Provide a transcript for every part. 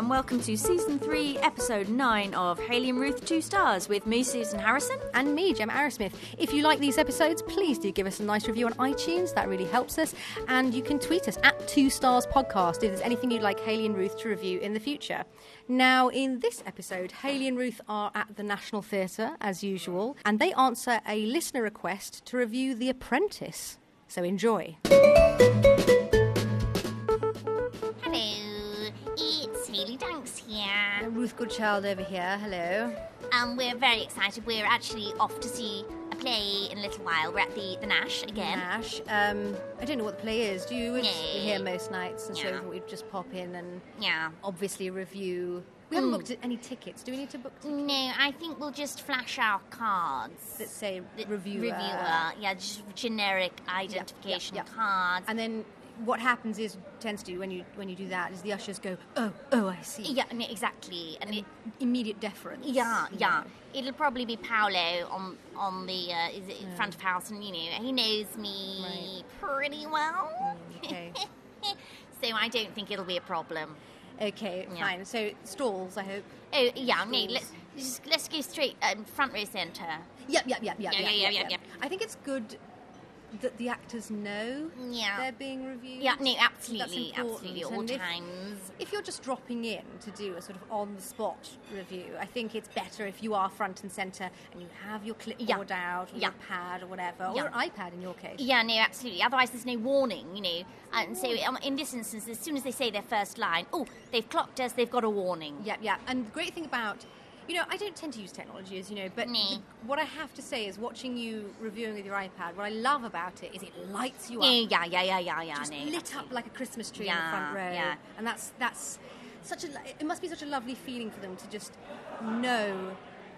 welcome to season three, episode nine of Haley and Ruth Two Stars with me, Susan Harrison. and me, Gemma Arrowsmith. If you like these episodes, please do give us a nice review on iTunes. That really helps us. And you can tweet us at Two Stars Podcast if there's anything you'd like Haley and Ruth to review in the future. Now, in this episode, Haley and Ruth are at the National Theatre as usual, and they answer a listener request to review The Apprentice. So enjoy. Hello, it's Haley Danks here. Ruth Goodchild over here. Hello. Um, we're very excited. We're actually off to see a play in a little while. We're at the, the Nash again. Ash. Um, I don't know what the play is. Do you? We're Yeah. here most nights, and so Yeah. so we'd just pop in and Yeah. obviously review. We haven't Hmm. booked any tickets. Do we need to book tickets No, I think we'll just flash our cards. that say The reviewer? Reviewer. Yeah, just generic identification yeah, yeah. cards. And then what happens is tends to when you when you do that is the ushers go oh oh I see yeah, no, exactly. And it, immediate deference yeah, you yeah. know. It'll probably be Paolo on on the uh, is it in front of house, and you know he knows me pretty well. okay Mm. so I don't think it'll be a problem. okay Yeah. fine so stalls I hope Oh yeah, no. Schools. Let's just, let's go straight um, front row centre. yep yep yep yep Yeah, yeah, yeah, yeah, yeah. I think it's good that the actors know Yeah. they're being reviewed Yeah, no, That's absolutely, important. absolutely, all And if- times. If you're just dropping in to do a sort of on the spot review, I think it's better if you are front and centre and you have your clipboard out, or your Yeah. pad or whatever, or Yeah. your iPad in your case. Yeah, no, absolutely. Otherwise, there's no warning, you know. And so, Oh. um, in this instance, as soon as they say their first line, oh, they've clocked us. They've got a warning. Yeah, yeah. And the great thing about, you know, I don't tend to use technology, as you know, but Nee. the- what I have to say is watching you reviewing with your iPad, what I love about it is it lights you No, up. yeah, yeah, yeah, yeah, yeah. just no, lit up absolutely. like a Christmas tree in Yeah, the front row. yeah. And that's that's such a it must be such a lovely feeling for them to just know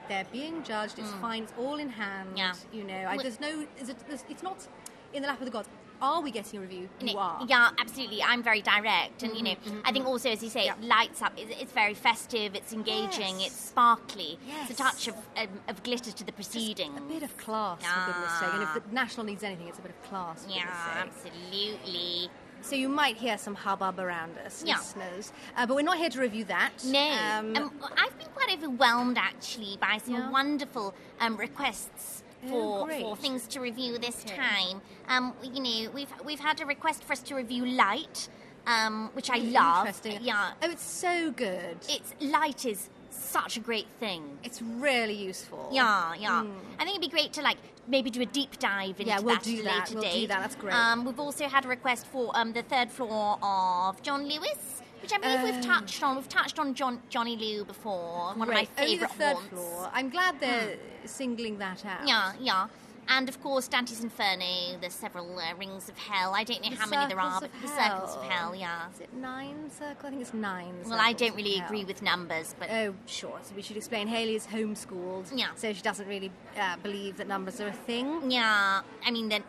they're being judged. It's fine. It's all in hand. Mm. Yeah. You know, I, Well- there's no. Is it, there's, it's not in the lap of the gods. Are we getting a review? You No, are. Mm-hmm, Yeah, absolutely. I'm very direct, and you know, I think also as you say, it lights up. It's, it's very festive. It's engaging. Yes. It's sparkly. It's a Yes. touch of, um, of glitter to the proceedings. A bit of class, for goodness sake. And if the national needs anything, it's a bit of class. For Yeah, goodness sake. absolutely. So you might hear some hubbub around us, Yeah. listeners. Uh, but we're not here to review that. No, Um, um, I've been quite overwhelmed actually by some Yeah. wonderful um, requests. Oh, For, for great. things to review this Okay. time, um, you know, we've we've had a request for us to review Light, um, which I really love. Interesting. Yeah, Oh, it's so good. it's Light is such a great thing. It's really useful. Yeah, yeah. I think it'd be great to like maybe do a deep dive into Mm. Yeah, we'll that do at a that. later We'll do date. that. That's great. Um, we've also had a request for um, the third floor of John Lewis, which I believe we've Oh. touched on. We've touched on John, Johnny Lou before, one Great. of my favourite Only the third haunts. Hmm. floor. I'm glad they're singling that out. Yeah, yeah. And of course, Dante's Inferno. There's several uh, rings of hell. I don't know The how many there are, circles but of the circles of hell. hell. Yeah. Is it nine circle? I think it's nine. Well, I circles don't of really hell. agree with numbers, but Oh, sure. So we should explain. Haley is homeschooled, Yeah. Mm. so she doesn't really uh, believe that numbers are a thing. yeah, I mean, then,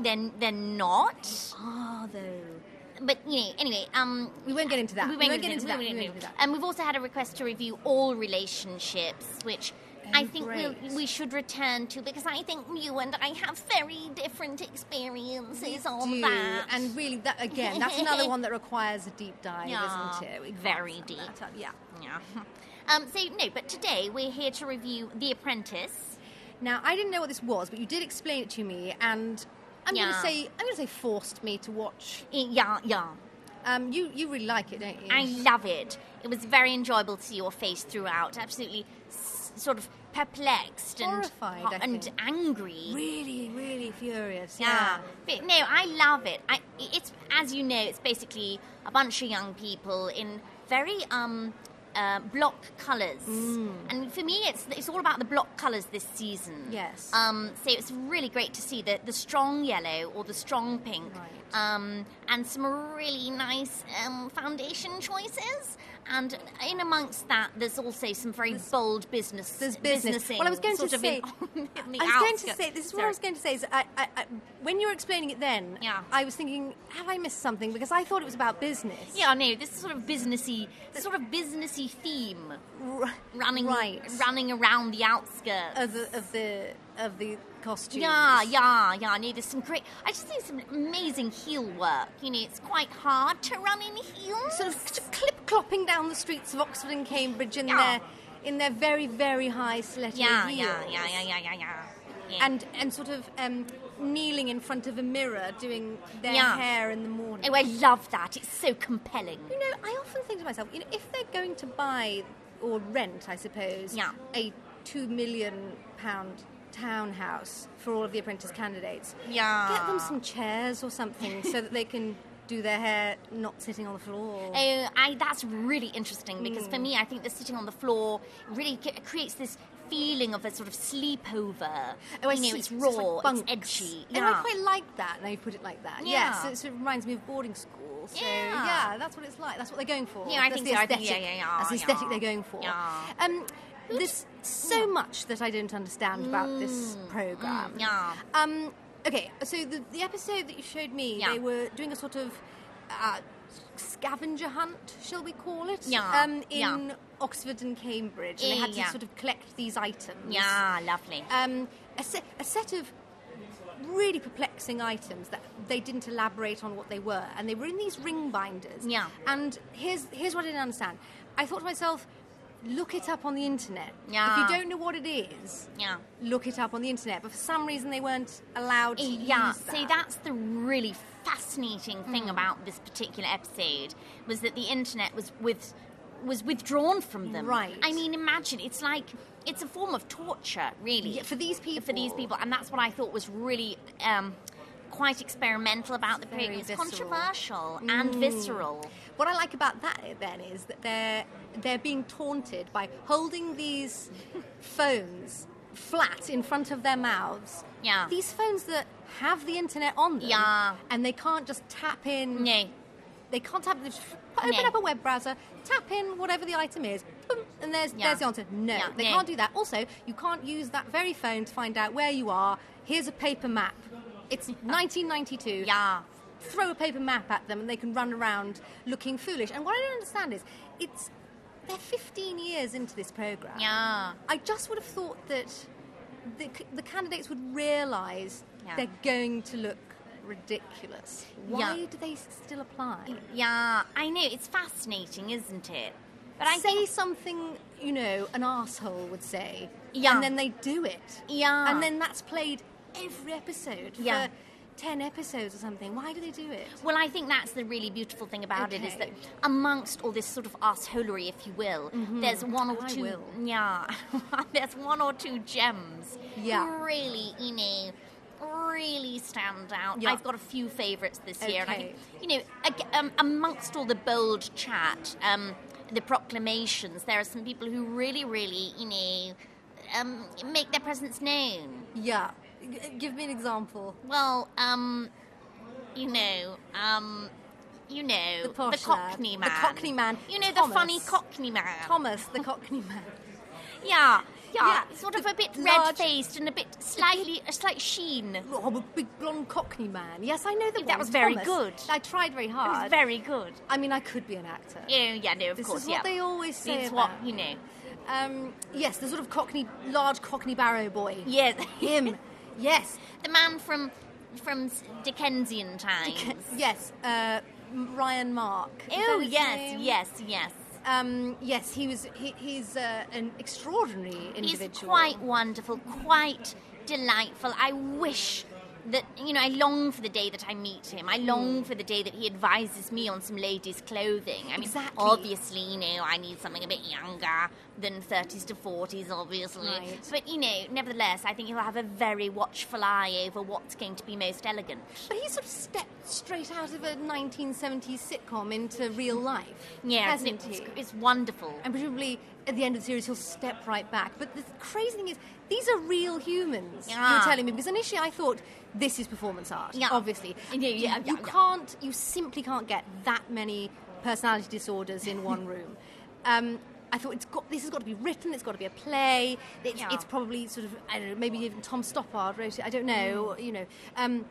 then they're not. Ah, though. But you know, anyway, um, We won't get into that. We We won't, won't get into that. We won't we get won't into do that. And we've also had a request to review all relationships, which I Oh, think we'll, great. we should return to because I think you and I have very different experiences on Do. that. And really, that again, that's another one that requires a deep dive, Yeah, isn't it? We can't very sum deep. that up. Yeah. yeah. Um, so no, but today we're here to review The Apprentice. Now, I didn't know what this was, but you did explain it to me, and I'm going to Yeah. say I'm going to say forced me to watch. Eh, Yeah, yeah. Um, you you really like it, don't you? I love it. It was very enjoyable to see your face throughout. Absolutely, s- sort of perplexed and Horrified, I and think. angry. really really furious. Yeah. But no, I love it. I, it's as you know, it's basically a bunch of young people in very um, uh, block colours, Mm. and for me, it's it's all about the block colours this season. Yes. Um, so it's really great to see the the strong yellow or the strong pink, Right. um, and some really nice um, foundation choices. And in amongst that, there's also some very bold business. There's business. businessing Well, I was going sort to of in- say- in the I was going to outskirts. say this is what Sorry. I was going to say is I, I, I, when you were explaining it then, Yeah. I was thinking have I missed something because I thought it was about business. Yeah, no, this is sort of businessy, sort of businessy theme. r- running right Oh, running around the outskirts. of the of the of the costumes. Yeah, yeah, yeah. I know there's some great. I just think some amazing heel work. You know, it's quite hard to run in heels. Sort of c- clip clopping down the streets of Oxford and Cambridge in Yeah. their in their very very high stiletto yeah, heels. yeah, yeah, yeah, yeah, yeah, yeah, yeah. And and sort of um, kneeling in front of a mirror doing their Yeah. hair in the morning. oh, I love that. It's so compelling. You know, I often think to myself, you know, if they're going to buy or rent, I suppose, Yeah. a two million pound townhouse for all of the apprentice candidates, Yeah. get them some chairs or something so that they can do their hair not sitting on the floor. Oh, I, that's really interesting because Hmm. for me, I think the sitting on the floor really c- creates this feeling of a sort of sleepover. Oh, I you know, see. it's just like raw, bunks. it's edgy. And I quite like that. Now you put it like that. Yeah. Yes, it sort of reminds me of boarding school. So Yeah. yeah, that's what it's like. That's what they're going for. Yeah, I that's think the so. I aesthetic. think- yeah, yeah, yeah, That's the yeah. aesthetic they're going for. Yeah. Um, there's so much that I don't understand about this program. Mm, yeah. Um, okay, so the, the episode that you showed me, Yeah. they were doing a sort of uh, scavenger hunt, shall we call it? Yeah, Um, yeah. in Oxford and Cambridge, and they Yeah, had to yeah. sort of collect these items yeah, lovely. um, a, se- a set of really perplexing items that they didn't elaborate on what they were, and they were in these ring binders. Yeah. And here's here's what I didn't understand. I thought to myself, look it up on the internet. Yeah. If you don't know what it is, yeah. look it up on the internet. But for some reason, they weren't allowed to Yeah, use so that's the really fascinating thing Mm. about this particular episode was that the internet was with was withdrawn from them. Right. I mean, imagine it's like it's a form of torture, really, Yeah, for these people. For these people, and that's what I thought was really. Um, Quite experimental about the Very program. It's visceral. Mm. controversial and visceral. What I like about that then is that they're they're being taunted by holding these phones flat in front of their mouths. Yeah. These phones that have the internet on them. Yeah. And they can't just tap in. No, They can't tap. They just open No. up a web browser, tap in whatever the item is, boom, and there's Yeah. there's the answer. No, Yeah, they no. can't do that. Also, you can't use that very phone to find out where you are. Here's a paper map. Uh, It's 1992 yeah, throw a paper map at them and they can run around looking foolish. And what I don't understand is, it's they're 15 years into this program. yeah. I just would have thought that the, c- the candidates would realise Yeah. they're going to look ridiculous. Why Yeah. Mm, do they s- still apply? Yeah, I know. It's fascinating, isn't it? But I say something, you know, an asshole would say, Yeah. and then they do it. Yeah. And then that's played every episode Yeah. for 10 episodes or something. Why do they do it? Well, I think that's the really beautiful thing about it is that Okay. amongst all this sort of arseholery, if you will, there's one or Mm-hmm. I two. will. Yeah, there's one or two gems. Yeah. who Really, you know, really stand out. Yeah. I've got a few favourites this year, and I Okay. think you know, ag- um, amongst all the bold chat, um, the proclamations, there are some people who really, really, you know, um, make their presence known. Yeah. G- give me an example. Well, um, you know, um, you know, The posh Cockney lad. man, The Cockney man, you know, Thomas. the funny Cockney man, Thomas, the Cockney man. yeah, yeah, Yeah, sort the of a bit large- red-faced and a bit slightly a slight sheen. It Oh, I'm a big blonde Cockney man. Yes, I know the That one, was very Thomas. good. I tried very hard. was very good. I mean, I could be an actor. Yeah, yeah, no, of This course, is what yeah. they always say It's what about- you know. Um, yes, the sort of Cockney, large Cockney barrow boy. Yeah, Him. yes. the man from from Dickensian times. Yes. Uh, M- Ryan Mark. Is that Oh his yes, name? yes, yes. Um, yes, he was. He, he's uh, an extraordinary individual. He's quite wonderful, quite delightful. I wish that, you know, I long for the day that I meet him. I Hmm. long for the day that he advises me on some ladies' clothing. I mean, Exactly. obviously, you know, I need something a bit younger than 30s to 40s, obviously. Right. But, you know, nevertheless, I think he'll have a very watchful eye over what's going to be most elegant. But he sort of stepped straight out of a 1970s sitcom into real life. Yeah, isn't it? hasn't he? it's, it's wonderful. And presumably at the end of the series, he'll step right back. But the crazy thing is, these are real humans. You're Yeah. telling me because initially I thought this is performance art. Yeah. obviously. Yeah, yeah, yeah, you yeah. can't. You simply can't get that many personality disorders in one room. Um, I thought it's got, this has got to be written. It's got to be a play. It's, Yeah. it's probably sort of I don't know. Maybe even Tom Stoppard wrote it. I don't know. You know. Um,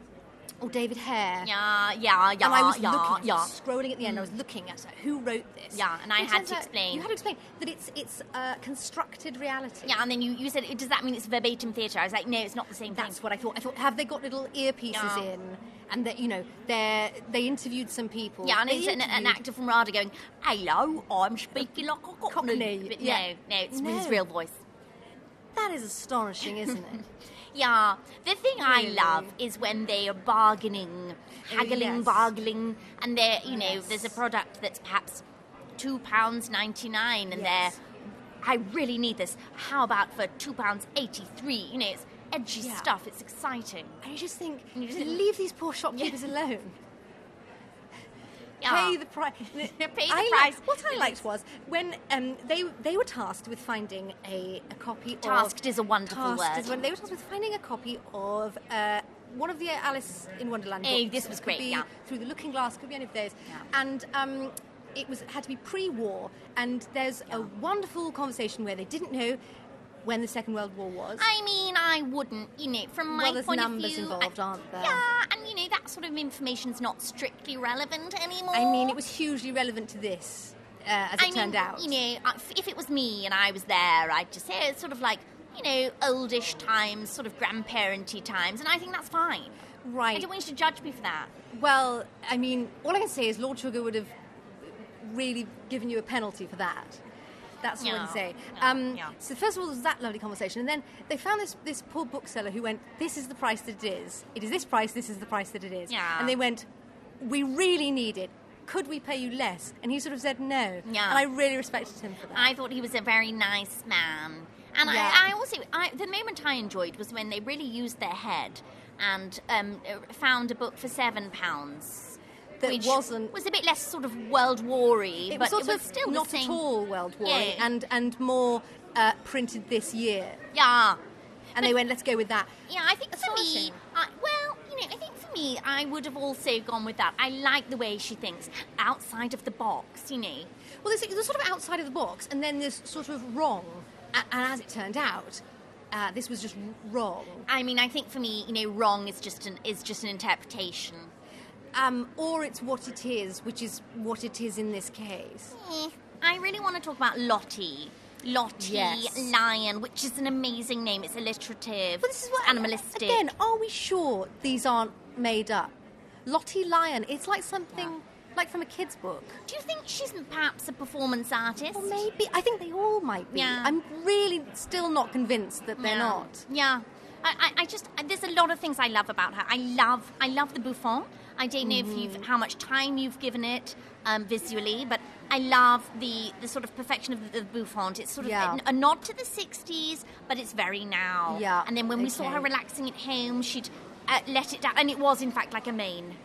Oh, David Hare. Mm. Yeah, yeah, yeah, and Oh, I was yeah, looking, I yeah. Mm. was scrolling at the end. I was looking at like, who wrote this. Yeah, and It I had turns to out explain. You had to explain that it's it's uh, constructed reality. Yeah, and then you, you said, does that mean it's verbatim theatre? I was like, no, it's not the same That's thing. what I thought. I thought, have they got little earpieces Yeah. in? And that you know, they they interviewed some people. Yeah, and They it's an, an interviewed- actor from RADA going, hello, I'm speaking like a cockney. Cockney, But yeah. No, no, it's with his No. real voice. That is astonishing, isn't it? Yeah, the thing Really? I love is when they are bargaining, haggling, yes. bargaining, and they're you know Yes. there's a product that's perhaps two pounds ninety nine, and Yes. they're I really need this. How about for two pounds eighty three? You know, it's edgy Yeah. stuff. It's exciting. and you just think, You just- leave these poor shopkeepers alone. Yeah. Pay the price. Pay the price. what I liked was when um, they they were tasked with finding a, a copy. Tasked of, is a wonderful tasked word. Is when they were tasked with finding a copy of uh, one of the Alice in Wonderland. Eh, books. this was It great, Could be yeah. Through the Looking Glass, could be any of those. Yeah. And um, it was had to be pre-war, and there's a wonderful conversation where they didn't know when the Second World War was. I mean, I wouldn't, you know, from my Well, there's point of numbers view. involved, I- aren't there? Yeah, and you know that sort of information's not strictly relevant anymore. I mean, it was hugely relevant to this, uh, as it I turned mean, out. You know, I- if- if it was me and I was there, I'd just say it's sort of like, you know, oldish times, sort of grandparenty times, and I think that's fine. I right. don't want you to judge me for that. Well, I mean, all I can say is Lord Sugar would have really given you a penalty for that. That's all I Yeah, can say. yeah, um, yeah. So first of all, there was that lovely conversation, and then they found this this poor bookseller who went, "This is the price that it is. It is this price. This is the price that it is." Yeah. And they went, "We really need it. Could we pay you less?" And he sort of said, "No." Yeah. And I really respected him for that. I thought he was a very nice man. And Yeah. I, I also, I, the moment I enjoyed was when they really used their head and um, uh, found a book for seven pounds. That which wasn't- was a bit less sort of world war-y, it but was also it was still the not at same- all world war Yeah. and and more uh, printed this year. Yeah, And they went, "Let's go with that." Yeah, I think for me, Astonishing. I, well, you know, I think for me, I would have also gone with that. I like the way she thinks outside of the box, you know. Well, there's, there's sort of outside of the box, and then there's sort of wrong. A- And as it turned out, uh, this was just wrong. I mean, I think for me, you know, wrong is just an is just an interpretation. Um, or it's what it is, which is what it is in this case. Eh, I really want to talk about Lottie. Lottie Yes. Lion, which is an amazing name. It's alliterative. But this is what it's animalistic. Again, are we sure these aren't made up? Lottie Lion. It's like something like from a kid's book. Do you think she's perhaps a performance artist? Or maybe I think they all might be. Yeah. I'm really still not convinced that they're yeah. not. Yeah, I, I, I just I- there's a lot of things I love about her. I love I love the Buffon. I don't know if Mm. you've how much time you've given it um, visually, but I love the the sort of perfection of the, the Buffon. It's sort of Yeah. a, a nod to the '60s, but it's very now. Yeah, And then when we saw okay. her relaxing at home, she'd uh, let it down, and it was in fact like a mane,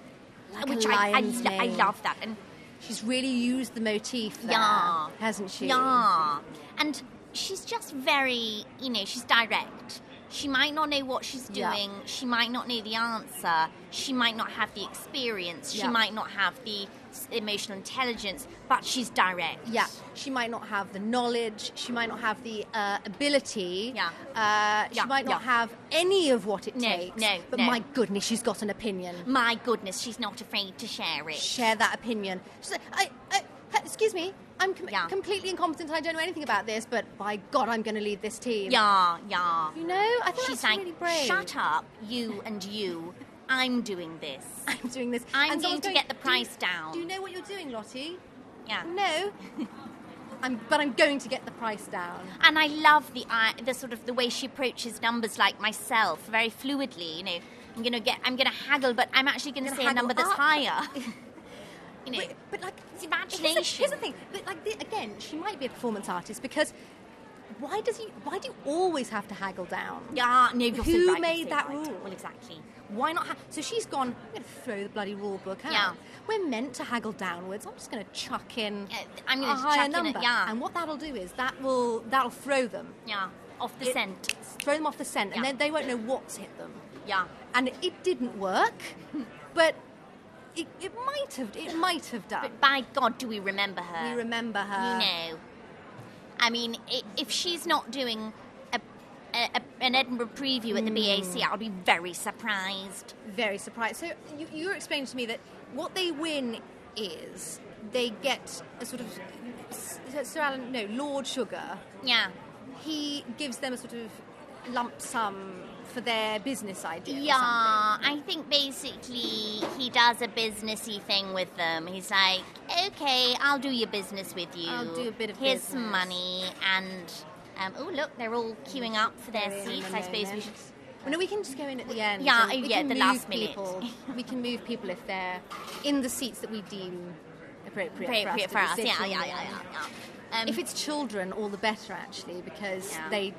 Like a which I I, lion's lo- I mane. love that. And She's really used the motif there, yeah. hasn't she? Yeah. And she's just very, you know, she's direct. She might not know what she's Yeah. doing. She might not know the answer. She might not have the experience. She Yeah. might not have the s- emotional intelligence, but she's direct. Yeah, she might not have the knowledge. She might not have the uh, ability. Yeah. Uh, she Yeah, might not yeah. have any of what it No, takes. no, But no. my goodness, she's got an opinion. My goodness, she's not afraid to share it. Share that opinion. She's like, I, I, h- excuse me, I'm com- Yeah. completely incompetent. I don't know anything about this, but by God, I'm going to lead this team. yeah, yeah. You know, I think She's that's like, really brave. shut up, you and you. I'm doing this. I'm doing this. I'm and going someone's to get the price down. Do you know what you're doing, Lottie? Yeah. No. I'm, but I'm going to get the price down. And I love the I the sort of the way she approaches numbers like myself, very fluidly. You know, I'm gonna get, I'm gonna haggle, but I'm actually gonna, Gonna say a number haggle that's up. higher. you know, But, but like, Here's It's the, imagination. here's the thing. But like, the, again, she might be a performance artist because why does you? Why do you always have to haggle down? yeah, no, you're so Who right, you're made so that right. rule? Well, exactly. Why not? Ha- so she's gone. I'm going to throw the bloody rule book out. Yeah. We're meant to haggle downwards. I'm just going to chuck in. Yeah, I'm a gonna higher chuck in a- number. yeah. And what that'll do is that will that'll throw them, Yeah, off the It- scent. throw them off the scent, and Yeah. then they won't know what's hit them. Yeah, And it, didn't work, but it, it might have. It might have done. but by God, do we remember her? we remember her. You know, I mean, i if she's not doing a a, a, an Edinburgh preview Hmm. at the BAC, I'll be very surprised. Very surprised. So you, you were explaining to me that what they win is they get a sort of Sir Alan, no, Lord Sugar. Yeah. He gives them a sort of lump sum for their business idea. or Yeah, something. I think basically he does a businessy thing with them. He's like, okay, I'll do your business with you. I'll do a bit of Here's some business." money, and um, oh look, they're all queuing up for their Very seats. I moment. suppose we should. Well, no, we can just go in at the end. Yeah, oh, and we yeah, can the move last minute. people. we can move people if they're in the seats that we deem appropriate, Appropriate for us. to be Yeah, sitting yeah, yeah, in. yeah. yeah. Um, If it's children, all the better actually, because Yeah. they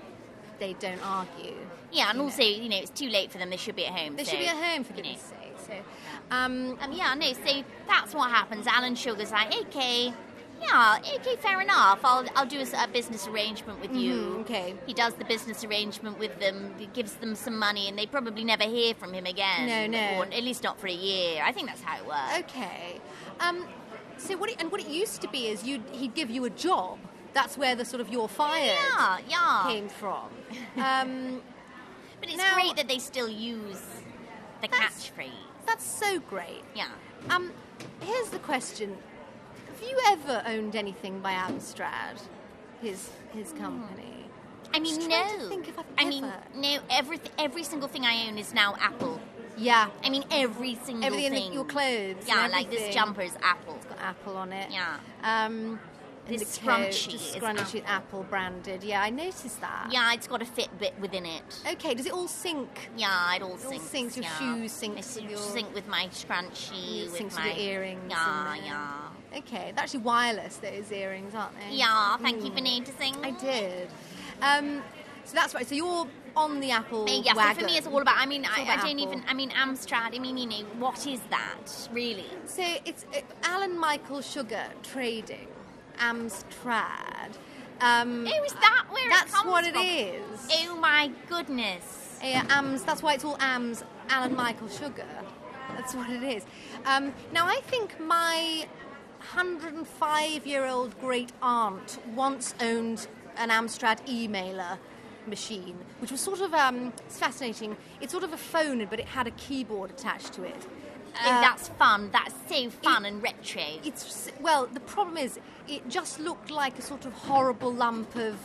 they don't argue. yeah, you and know. also you know it's too late for them. They should be at home. They so, should be at home for you know. goodness' sake. So, um, Um, yeah, no. So that's what happens. Alan Sugar's like, okay, yeah, okay, fair enough. I'll I'll do a, s- a business arrangement with you. Mhm, okay. He does the business arrangement with them. He gives them some money, and they probably never hear from him again. No, no. Or at least not for a year. I think that's how it works. okay. Um, so what? It, and what it used to be is you he'd give you a job. That's where the sort of you're fired Yeah, yeah. came from. Um, But it's Now- great that they still use the That's- catchphrase. that's so great. Yeah. Um, here's the question: Have you ever owned anything by Amstrad, his his Hmm. company? I mean, Just no. trying to think if I've I mean, ever- no. Every every single thing I own is now Apple. Yeah, I mean, every single everything thing. that your clothes. Yeah, and like this everything. jumper is Apple. It's got Apple on it. Yeah. Um, and This the coat, scrunchie the is scrunchie, Apple. branded. Yeah, I noticed that. Yeah, it's got a Fitbit within it. Okay. Does it all sync? Yeah, it all all syncs. syncs, your yeah. shoes sync It's with your- sync with my scrunchie, It with syncs my with your earrings. Yeah, and, uh, yeah, Okay, they're actually wireless. Those earrings, aren't they? Mm. yeah. Thank you for noticing. I did. Um, so that's right. So you're on the Apple Uh, yeah, wagon. so for me, it's all about. I mean, I, all about I don't Apple. even. I mean, Amstrad. I mean, you know, what is that really? So it's uh, Alan Michael Sugar Trading, Amstrad. Um, Oh, is that where that's it comes what from? it is. Oh my goodness. Yeah, Eh, AMS. That's why it's all AMS. Alan Michael Sugar. That's what it is. Um, now I think my 105-year-old great aunt once owned an Amstrad emailer machine, which was sort of um, it's fascinating. It's sort of a phone, but it had a keyboard attached to it. Oh, Uh, that's fun. That's so fun and retro. It's well, the problem is it just looked like a sort of horrible lump of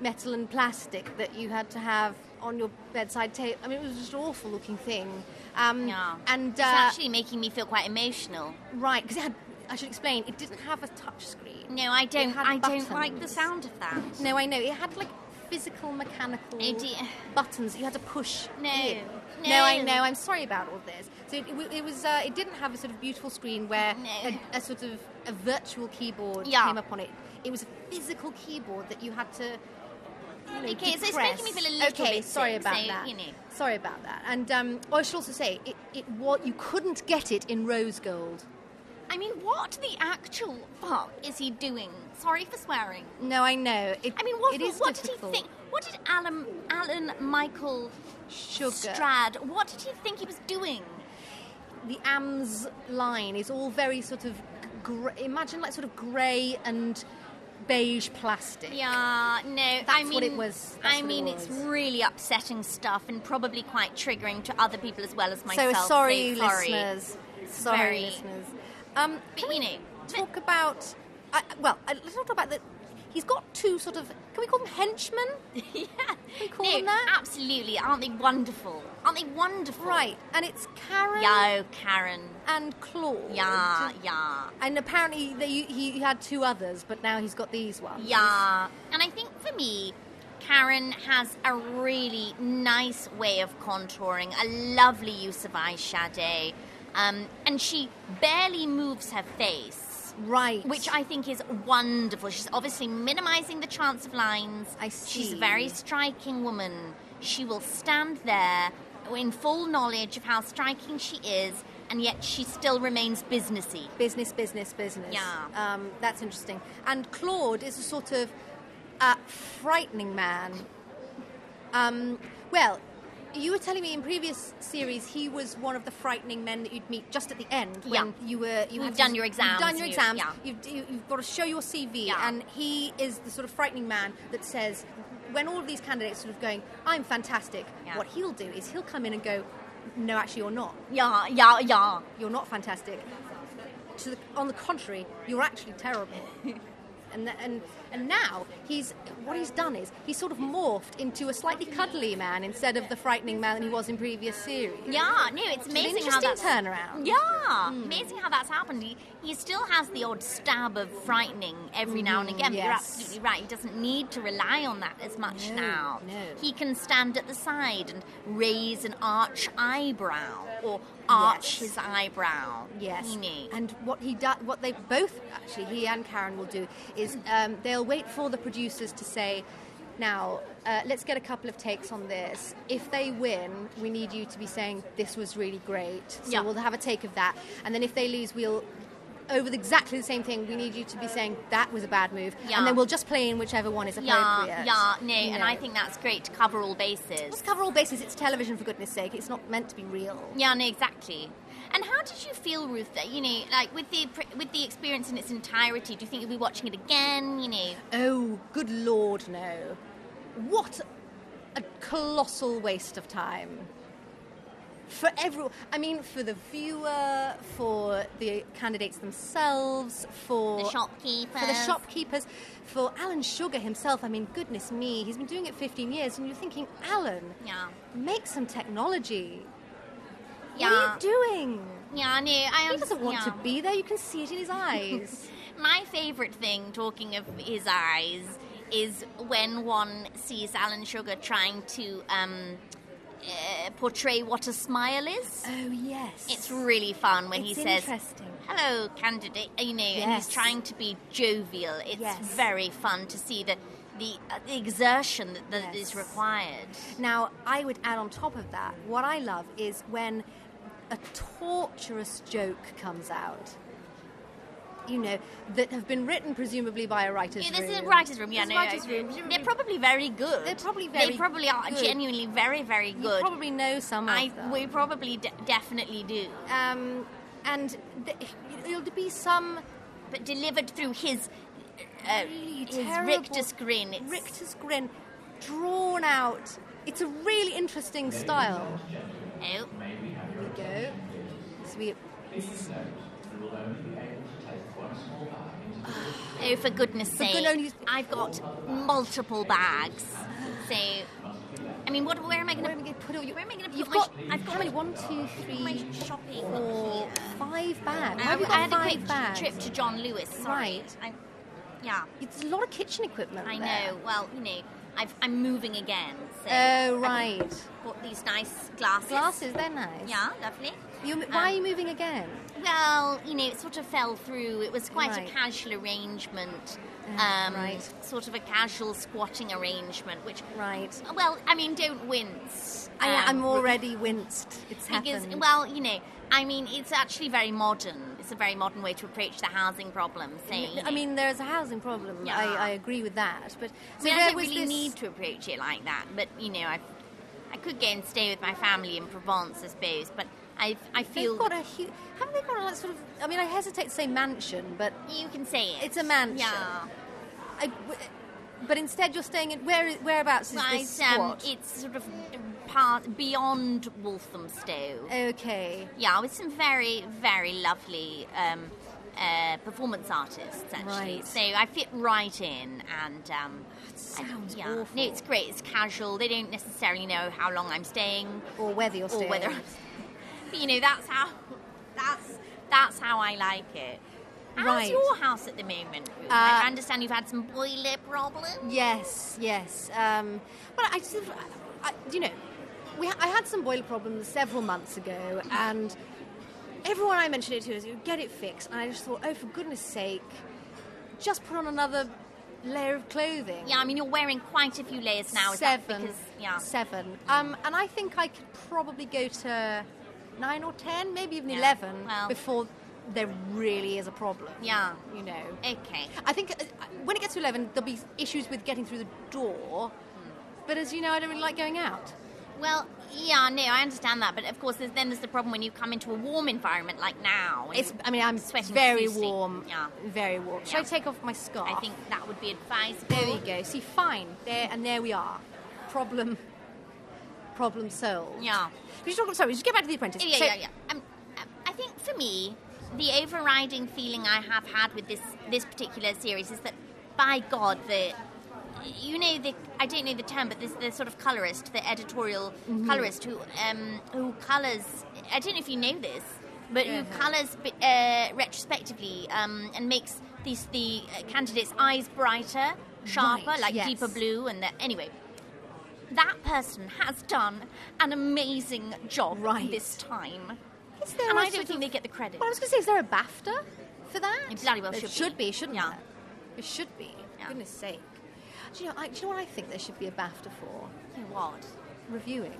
metal and plastic that you had to have on your bedside table. I mean, it was just an awful looking thing. Um, yeah, And it's uh, actually making me feel quite emotional. right, because it had. I should explain. It didn't have a touch screen. No, I don't. had I don't like the buttons. sound of that. No, I know. It had like physical mechanical Oh, dear. buttons that you had to push. No. in. No. I know. I'm sorry about all this. So it, it, w- it was. Uh, it didn't have a sort of beautiful screen where No. a, a sort of a virtual keyboard Yeah. came up on it. It was a physical keyboard that you had to. you know, Okay, so it's depress. making me feel a little okay, bit sorry sick, about so, that. you know. Sorry about that. And um, I should also say, it, it what you couldn't get it in rose gold. I mean, what the actual fuck is he doing? Sorry for swearing. No, I know. It, I mean, what, it is what did he difficult. think? What did Alan, Alan Michael Sugar. Strad, what did he think he was doing? the AMS line is all very sort of gr imagine like sort of grey and beige plastic. Yeah, no, I That's mean, what it was- that's I what it mean, was. it's really upsetting stuff and probably quite triggering to other people as well as so myself. sorry, so sorry. listeners. Sorry, very- listeners. Um, But you know, talk about. I well, I- let's not talk about the. He's got two sort of. Can we call them henchmen? yeah, we call no, them that? absolutely. Aren't they wonderful? Aren't they wonderful? Right, and it's Karen Yo, Karen. and Claude. Yeah, yeah. And apparently they, he, he had two others, but now he's got these ones. Yeah. And I think for me, Karen has a really nice way of contouring, a lovely use of eyeshadow. Um, and she barely moves her face, Right. which I think is wonderful. She's obviously minimizing the chance of lines. I She's a see. very striking woman. She will stand there in full knowledge of how striking she is, and yet she still remains businessy. business, business, business. Yeah. Um, that's interesting. And Claude is a sort of uh, frightening man. Um, well, you were telling me in previous series he was one of the frightening men that you'd meet just at the end when Yeah. you were you We've had to- done your You've exams, done your you- exams. yeah. You've, you, you've got to show your CV, Yeah. and he is the sort of frightening man that says when all of these candidates sort of going, I'm fantastic, Yeah. what he'll do is he'll come in and go, No, actually, you're not. Yeah, yeah, yeah. You're not fantastic. To the, on the contrary, you're actually terrible. and, th- and, and now he's what he's done is he's sort of morphed into a slightly cuddly man instead of the frightening man that he was in previous series. Yeah, no, it's an amazing how interesting that's turnaround. Yeah, Hmm. amazing how that's happened. He, he still has the odd stab of frightening every now and again. but You're Hmm, yes. absolutely right. He doesn't need to rely on that as much No, now. no. He can stand at the side and raise an arch eyebrow or arch Yes. his eyebrow. Yes. You know. And what he does, what they both actually, he and Karen will do is Mm. um, they'll wait for the producers to say, "Now, uh, let's get a couple of takes on this. If they win, we need you to be saying this was really great. So Yeah. we'll have a take of that. And then if they lose, we'll." Over the, exactly the same thing, we need you to be saying that was a bad move, Yeah. and then we'll just play in whichever one is yeah, appropriate. yeah, no, You and know. I think that's great to cover all bases. let's cover all bases. It's television, for goodness' sake. It's not meant to be real. Yeah, no, exactly. And how did you feel, Ruth? That you know, like with the pr- with the experience in its entirety, do you think you'll be watching it again? You know, Oh, good lord, no. What a colossal waste of time. For everyone, I mean, for the viewer, for the candidates themselves, for the shopkeeper, for the shopkeepers, for Alan Sugar himself. I mean, goodness me, he's been doing it 15 years, and you're thinking, Alan, Yeah, make some technology. yeah, What are you doing? yeah. No, I He doesn't want to yeah. be there. You can see it in his eyes. My favorite thing, talking of his eyes, is when one sees Alan Sugar trying to um, uh, portray what a smile is. oh yes, It's really fun when It's he says, interesting. "Hello, candidate," you know, and he's Yes. trying to be jovial. It's Yes. very fun to see the the, uh, the exertion that, that is Yes. required. Now, I would add on top of that, what I love is when a torturous joke comes out. You know, that have been written presumably by a writer's Yeah, this room. is a writer's room. Yeah, This no, writer's I- room. They're probably very good. They're probably They very probably are good. genuinely very very You good. probably know some of I them. we probably de- definitely do, um, and th- there'll be some but delivered through his uh, really his terrible rictus grin. It's, Richter's grin, drawn out. It's a really interesting style. oh, There we go. So we, oh, for goodness' For sake! good only- I've got multiple bags, so I mean, what? Where am I where going am I to? going to put all your? Where am I gonna put You've my got. sh- I've got how many? One, two, three, My shopping. four, here. five bags. I, Why have you I got had a five quick bags? trip to John Lewis. Sorry. Right. I, yeah, It's a lot of kitchen equipment. I there. know. Well, you know, I've, I'm moving again. So Oh right, I bought these nice glasses. glasses. They're nice. Yeah, lovely. You, why Um, are you moving again? Well, you know, it sort of fell through. It was quite Right. a casual arrangement. Ah, Um, right. Sort of a casual squatting arrangement, which. Right. Well, I mean, don't wince. I, Um, I'm already winced. It's Because, happened. well, you know, I mean, it's actually very modern. It's a very modern way to approach the housing problem. So, you I know, mean, there is a housing problem. Yeah. I, I agree with that. But I so mean, where I don't was really this? need to approach it like that, but you know, I, I could go and stay with my family in Provence, I suppose. But I, I feel They've got a huge. Haven't they got a like, sort of? I mean, I hesitate to say mansion, but you can say it. It's a mansion. Yeah, I, w- but instead you're staying in where? Whereabouts is this Right, um, squat? it's sort of um, part beyond Walthamstow. Uh, okay. yeah, with some very, very lovely um, uh, performance artists actually. Right. So I fit right in, and um, sounds I, yeah. awful. No, it's great. It's casual. They don't necessarily know how long I'm staying. Or whether you're or staying. whether I'm, but you know that's how that's that's how I like it. How's Right. your house at the moment? Uh, Ruth? I understand you've had some boiler problems. Yes, yes. Um, well, I just, I, you know, we ha- I had some boiler problems several months ago, and everyone I mentioned it to is, get it fixed. And I just thought, oh, for goodness sake, just put on another layer of clothing. Yeah, I mean you're wearing quite a few layers now. Is seven. That because, yeah. Seven. Um, and I think I could probably go to nine or ten, maybe even Yeah, eleven, well. before there really is a problem. Yeah. You know. Okay. I think uh, when it gets to 11, there'll be issues with getting through the door. But as you know, I don't really like going out. Well, yeah, no, I understand that, but of course, there's, then there's the problem when you come into a warm environment like now. and It's. I mean, I'm Sweating very profusely. warm. Yeah. Very warm. Should I Yeah. take off my scarf? I think that would be advisable. There we go. See, fine. There and there we are. Problem. Problem solved. Yeah. But you talk, sorry, just get back to the apprentice. Yeah, So- yeah, yeah. Um, I think for me, the overriding feeling I have had with this this particular series is that, by God, the you know the I don't know the term, but this the sort of colorist, the editorial Mm-hmm. colorist who um, who colors. I don't know if you know this, but Yeah. who colors uh, retrospectively um, and makes these the uh, candidates' eyes brighter, sharper, Right, like yes. deeper blue, and the, anyway. That person has done an amazing job Right. this time. Is there And a I don't sort think of- they get the credit. Well, I was going to say, is there a BAFTA for that? It bloody well There should be. should be, shouldn't Yeah. there? It should be. Yeah. Goodness sake. Do you, know, I, do you know what I think there should be a BAFTA for? You know what? Reviewing.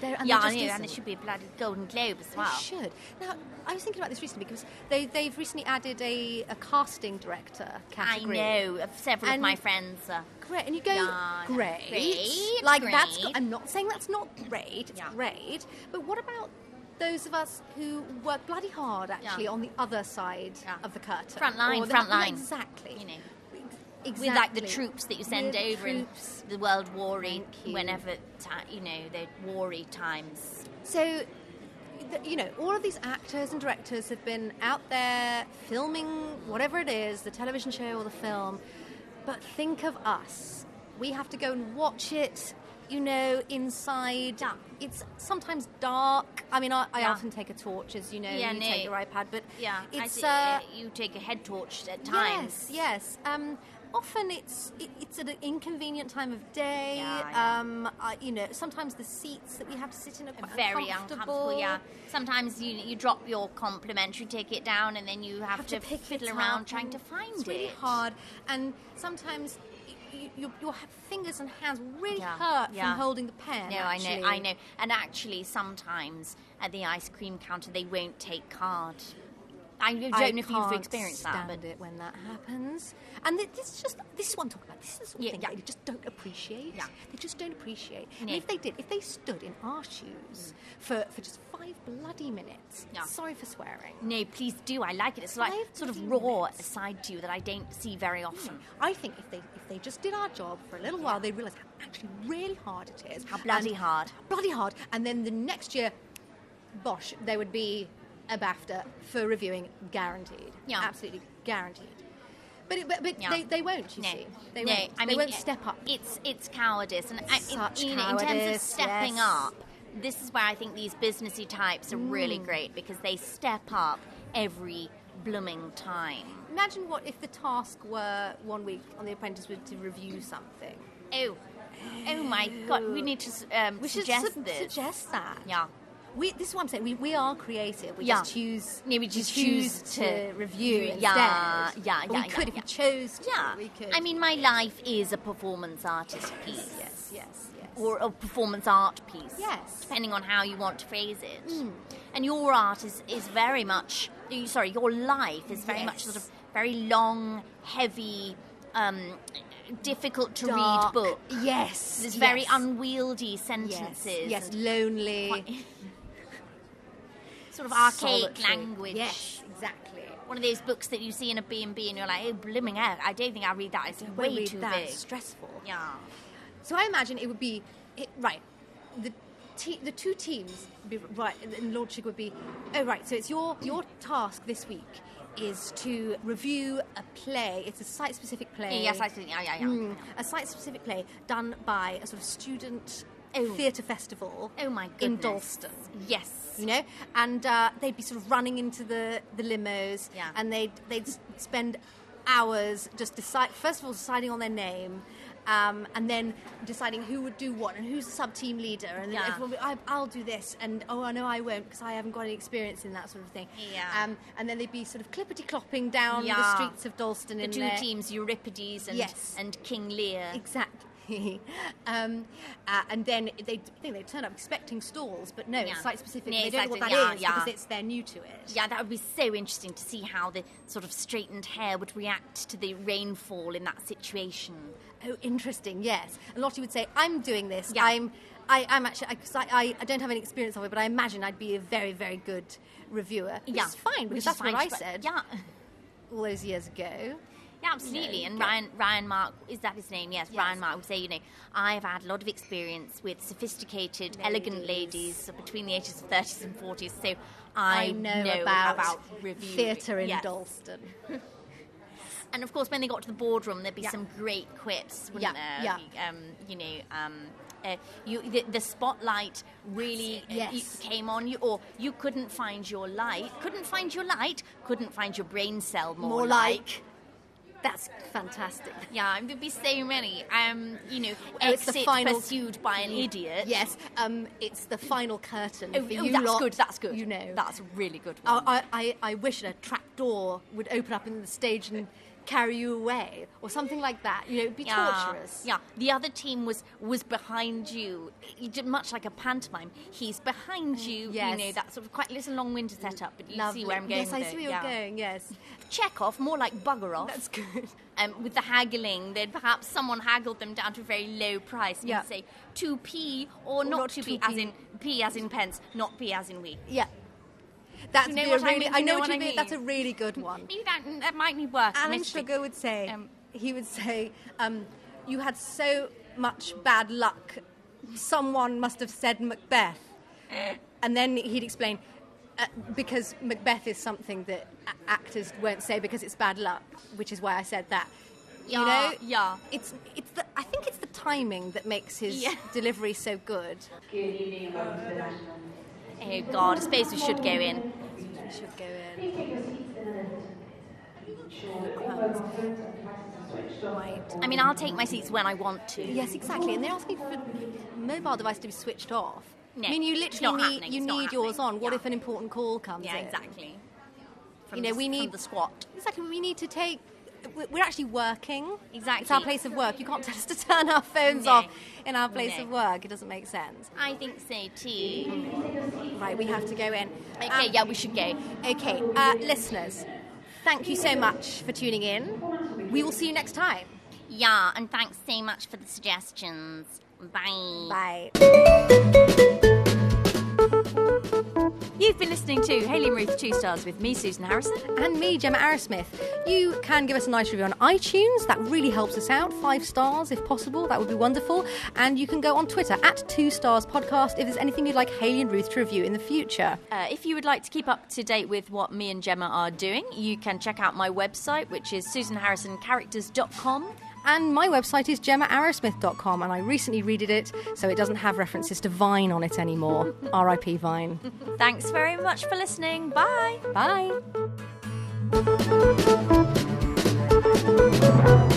There, and yeah, there I just know, isn't. and there should be a bloody Golden Globe as They well. should. Now, I was thinking about this recently because they, they've recently added a, a casting director I category. know of several And- of my friends. Uh, Great, and you go Yeah, great. great, Like that's. great. go- I'm not saying that's not great. It's Yeah. great. But what about those of us who work bloody hard actually Yeah. on the other side Yeah. of the curtain, Front line, Or the- front line. exactly. you know, exactly. with like the troops that you send With over in troops. the World War in Thank you. whenever ti you know the warry times. So, th- you know, all of these actors and directors have been out there filming whatever it is, the television show or the film. But think of us. We have to go and watch it, you know, inside. It's sometimes dark. I mean, I, I Yeah. often take a torch, as you know, Yeah, you no. take your iPad, but Yeah, I it's. see, uh, you take a head torch at times. Yes, yes. Um, often it's it, it's at an inconvenient time of day. Yeah, yeah. Um, uh, you know, sometimes the seats that we have to sit in are quite Very uncomfortable, yeah. Sometimes you you drop your complimentary ticket down and then you have, have to pick fiddle it around up trying and to find it's really it. hard, and sometimes. y- y- Your, your fingers and hands really Yeah, hurt yeah. from holding the pen. No, actually. I know, I know. And actually, sometimes at the ice cream counter, they won't take card. I don't I know if you've can't experienced that, stand but it when that happens. And th- this is just this is what I'm talking about. This is the sort of Yeah, thing yeah. they just don't appreciate. Yeah. They just don't appreciate. And No. Mm. if they did, if they stood in our shoes for, for just five bloody minutes, Yeah. sorry for swearing. no, please do. I like it. It's like Five sort of bloody raw minutes. side to you that I don't see very often. I think if they if they just did our job for a little while, they'd realise how actually really hard it is. How bloody And- hard. Bloody hard. And then the next year, bosh, there would be a BAFTA for reviewing, guaranteed. Yeah. Absolutely guaranteed. But, it, but, but Yeah. they, they won't, you no, see. They no. won't. I they mean, won't it- step up. It's it's cowardice, and I, it- Such you know, in terms of cowardice, stepping yes. up, this is where I think these businessy types are really Hmm. great because they step up every blooming time. Imagine what if the task were one week on The Apprentice was to review something. Oh, oh my God! We need to um, We should suggest sub- this. suggest that. Yeah. We, this is what I'm saying. We, we are creative. We Yeah. just choose. Yeah, we just choose to, to- review. Yeah, Instead. yeah, yeah, But we yeah, could if yeah. we chose. To, Yeah, we could. I mean, my life is a performance artist piece. yes, yes, yes. Or a performance art piece. Yes. Hmm. Depending on how you want to phrase it. And your art is, is very much, you- sorry, your life is very much Yes. sort of very long, heavy, um, difficult to Dark. read book. Yes, There's very yes. unwieldy Yes, sentences. yes, and lonely. quite- sort of archaic solitary. language. Yes, exactly. One of those books that you see in a B&B and you're like, oh, blooming out, I don't think I'll read that. It's When way we- too that's big. stressful. Yeah. So I imagine it would be it, right. The te- the two teams would be right, and- and Lord Chig would be. Oh right. So it's your your task this week is to review a play. It's a site specific play. Yes, I see. Yeah, yeah, yeah. Mm, a site specific play done by a sort of student Oh. theatre festival. Oh my goodness. In Dalston. Yes. You know, and uh, they'd be sort of running into the, the limos, Yeah. and they'd they'd s- spend hours just decide. First of all, deciding on their name, um, and then deciding who would do what and who's the sub team leader, and then Yeah. everyone would be, I, I'll do this, and oh, I know I won't because I haven't got any experience in that sort of thing. Yeah. Um, and then they'd be sort of clippity clopping down the Yeah. streets of Dalston The in two their- teams, Euripides and, Yes. and King Lear. Exactly. um, uh, and then they I think they turn up expecting stalls, but no, Yeah. it's site specific. Yeah, they don't know what that exactly. is Yeah, yeah. because it's they're new to it. Yeah, that would be so interesting to see how the sort of straightened hair would react to the rainfall in that situation. Oh, interesting. Yes, a lot of you would say, "I'm doing this. Yeah. I'm, I, I'm actually I, 'cause I, I, I don't have any experience of it, but I imagine I'd be a very very good reviewer. Which yeah, is fine because which is that's fine, what I but- said Yeah, all those years ago. yeah, absolutely. you and get- Ryan, Ryan Mark is that his name? Yes, Yes. Ryan Mark would say, you know, I've had a lot of experience with sophisticated, elegant ladies between the ages of thirties and forties, so I, know, about, reviewing. theatre in Yes. Dalston. And of course, when they got to the boardroom, there'd be Yeah. some great quips, wouldn't Yeah, there? Um, you know, um, uh, you the, the spotlight really That's it, uh, yes. you- came on you, or you couldn't find your light, couldn't find your light, couldn't find your brain cell more, More like. like. That's fantastic. Yeah, and there'd be so many. Um, you know, Oh, it's the exit final- pursued by an idiot. Yes, um, it's the final curtain Oh, for oh, you that's lot. good. That's good. You know, Oh, that's a really good. One. I, I, I I wish a trap door would open up in the stage and carry you away, or something like that. You know, it'd be Uh, torturous. Yeah, the other team was was behind you, You did much like a pantomime. He's Mm. behind you. yes. You know that sort of quite it's a long-winded Mm. setup, but you Lovely. see where I'm going. Yes, with I see it, where you're yeah. going. Yes, Check off, more like bugger off. that's good. um, with the haggling, then perhaps someone haggled them down to a very low price. And Yeah. you'd say two p or not, not two 2p. p, as in p as in pence, not p as in we. Yeah, that's you know be a what I really. mean? I You know know what what you I mean. That's a mean. really good one. Maybe that that might need work. Alan mystery. Sugar would say, Um, he would say, um, you had so much bad luck, someone must have said Macbeth. and then he'd explain, uh, because Macbeth is something that a- actors won't say because it's bad luck, which is why I said that. you Yeah, know, yeah. It's it's the I think it's the timing that makes his Yeah. delivery so good. Oh God, I suppose we should go in. We should go in. Right. I mean, I'll take my seats when I want to. Yes, exactly. And they're asking for mobile device to be switched off. No, I mean, you it's not literally need, happening, you it's not need yours happening, on. What yeah. if an important call comes Yeah, in? exactly. You know, the- we from need the squat. Exactly. We need to take. we- We're actually working. Exactly. It's our place of work. You can't tell us to turn our phones No. off in our place No. of work. It doesn't make sense. I think so too. Right, we have to go in. Okay, Um, yeah, we should go. Okay, uh, listeners, thank you so much for tuning in. We will see you next time. Yeah, and thanks so much for the suggestions. Bye. Bye. You've been listening to Haley and Ruth Two Stars with me, Susan Harrison. and me, Gemma Arrowsmith. You can give us a nice review on iTunes. That really helps us out. Five stars, if possible. That would be wonderful. And you can go on Twitter at Two Stars Podcast if there's anything you'd like Haley and Ruth to review in the future. Uh, if you would like to keep up to date with what me and Gemma are doing, you can check out my website, which is susanharrisoncharacters.com. And my website is gemmaarrowsmith.com, and I recently redid it so it doesn't have references to Vine on it anymore. RIP Vine. Thanks very much for listening. Bye. Bye.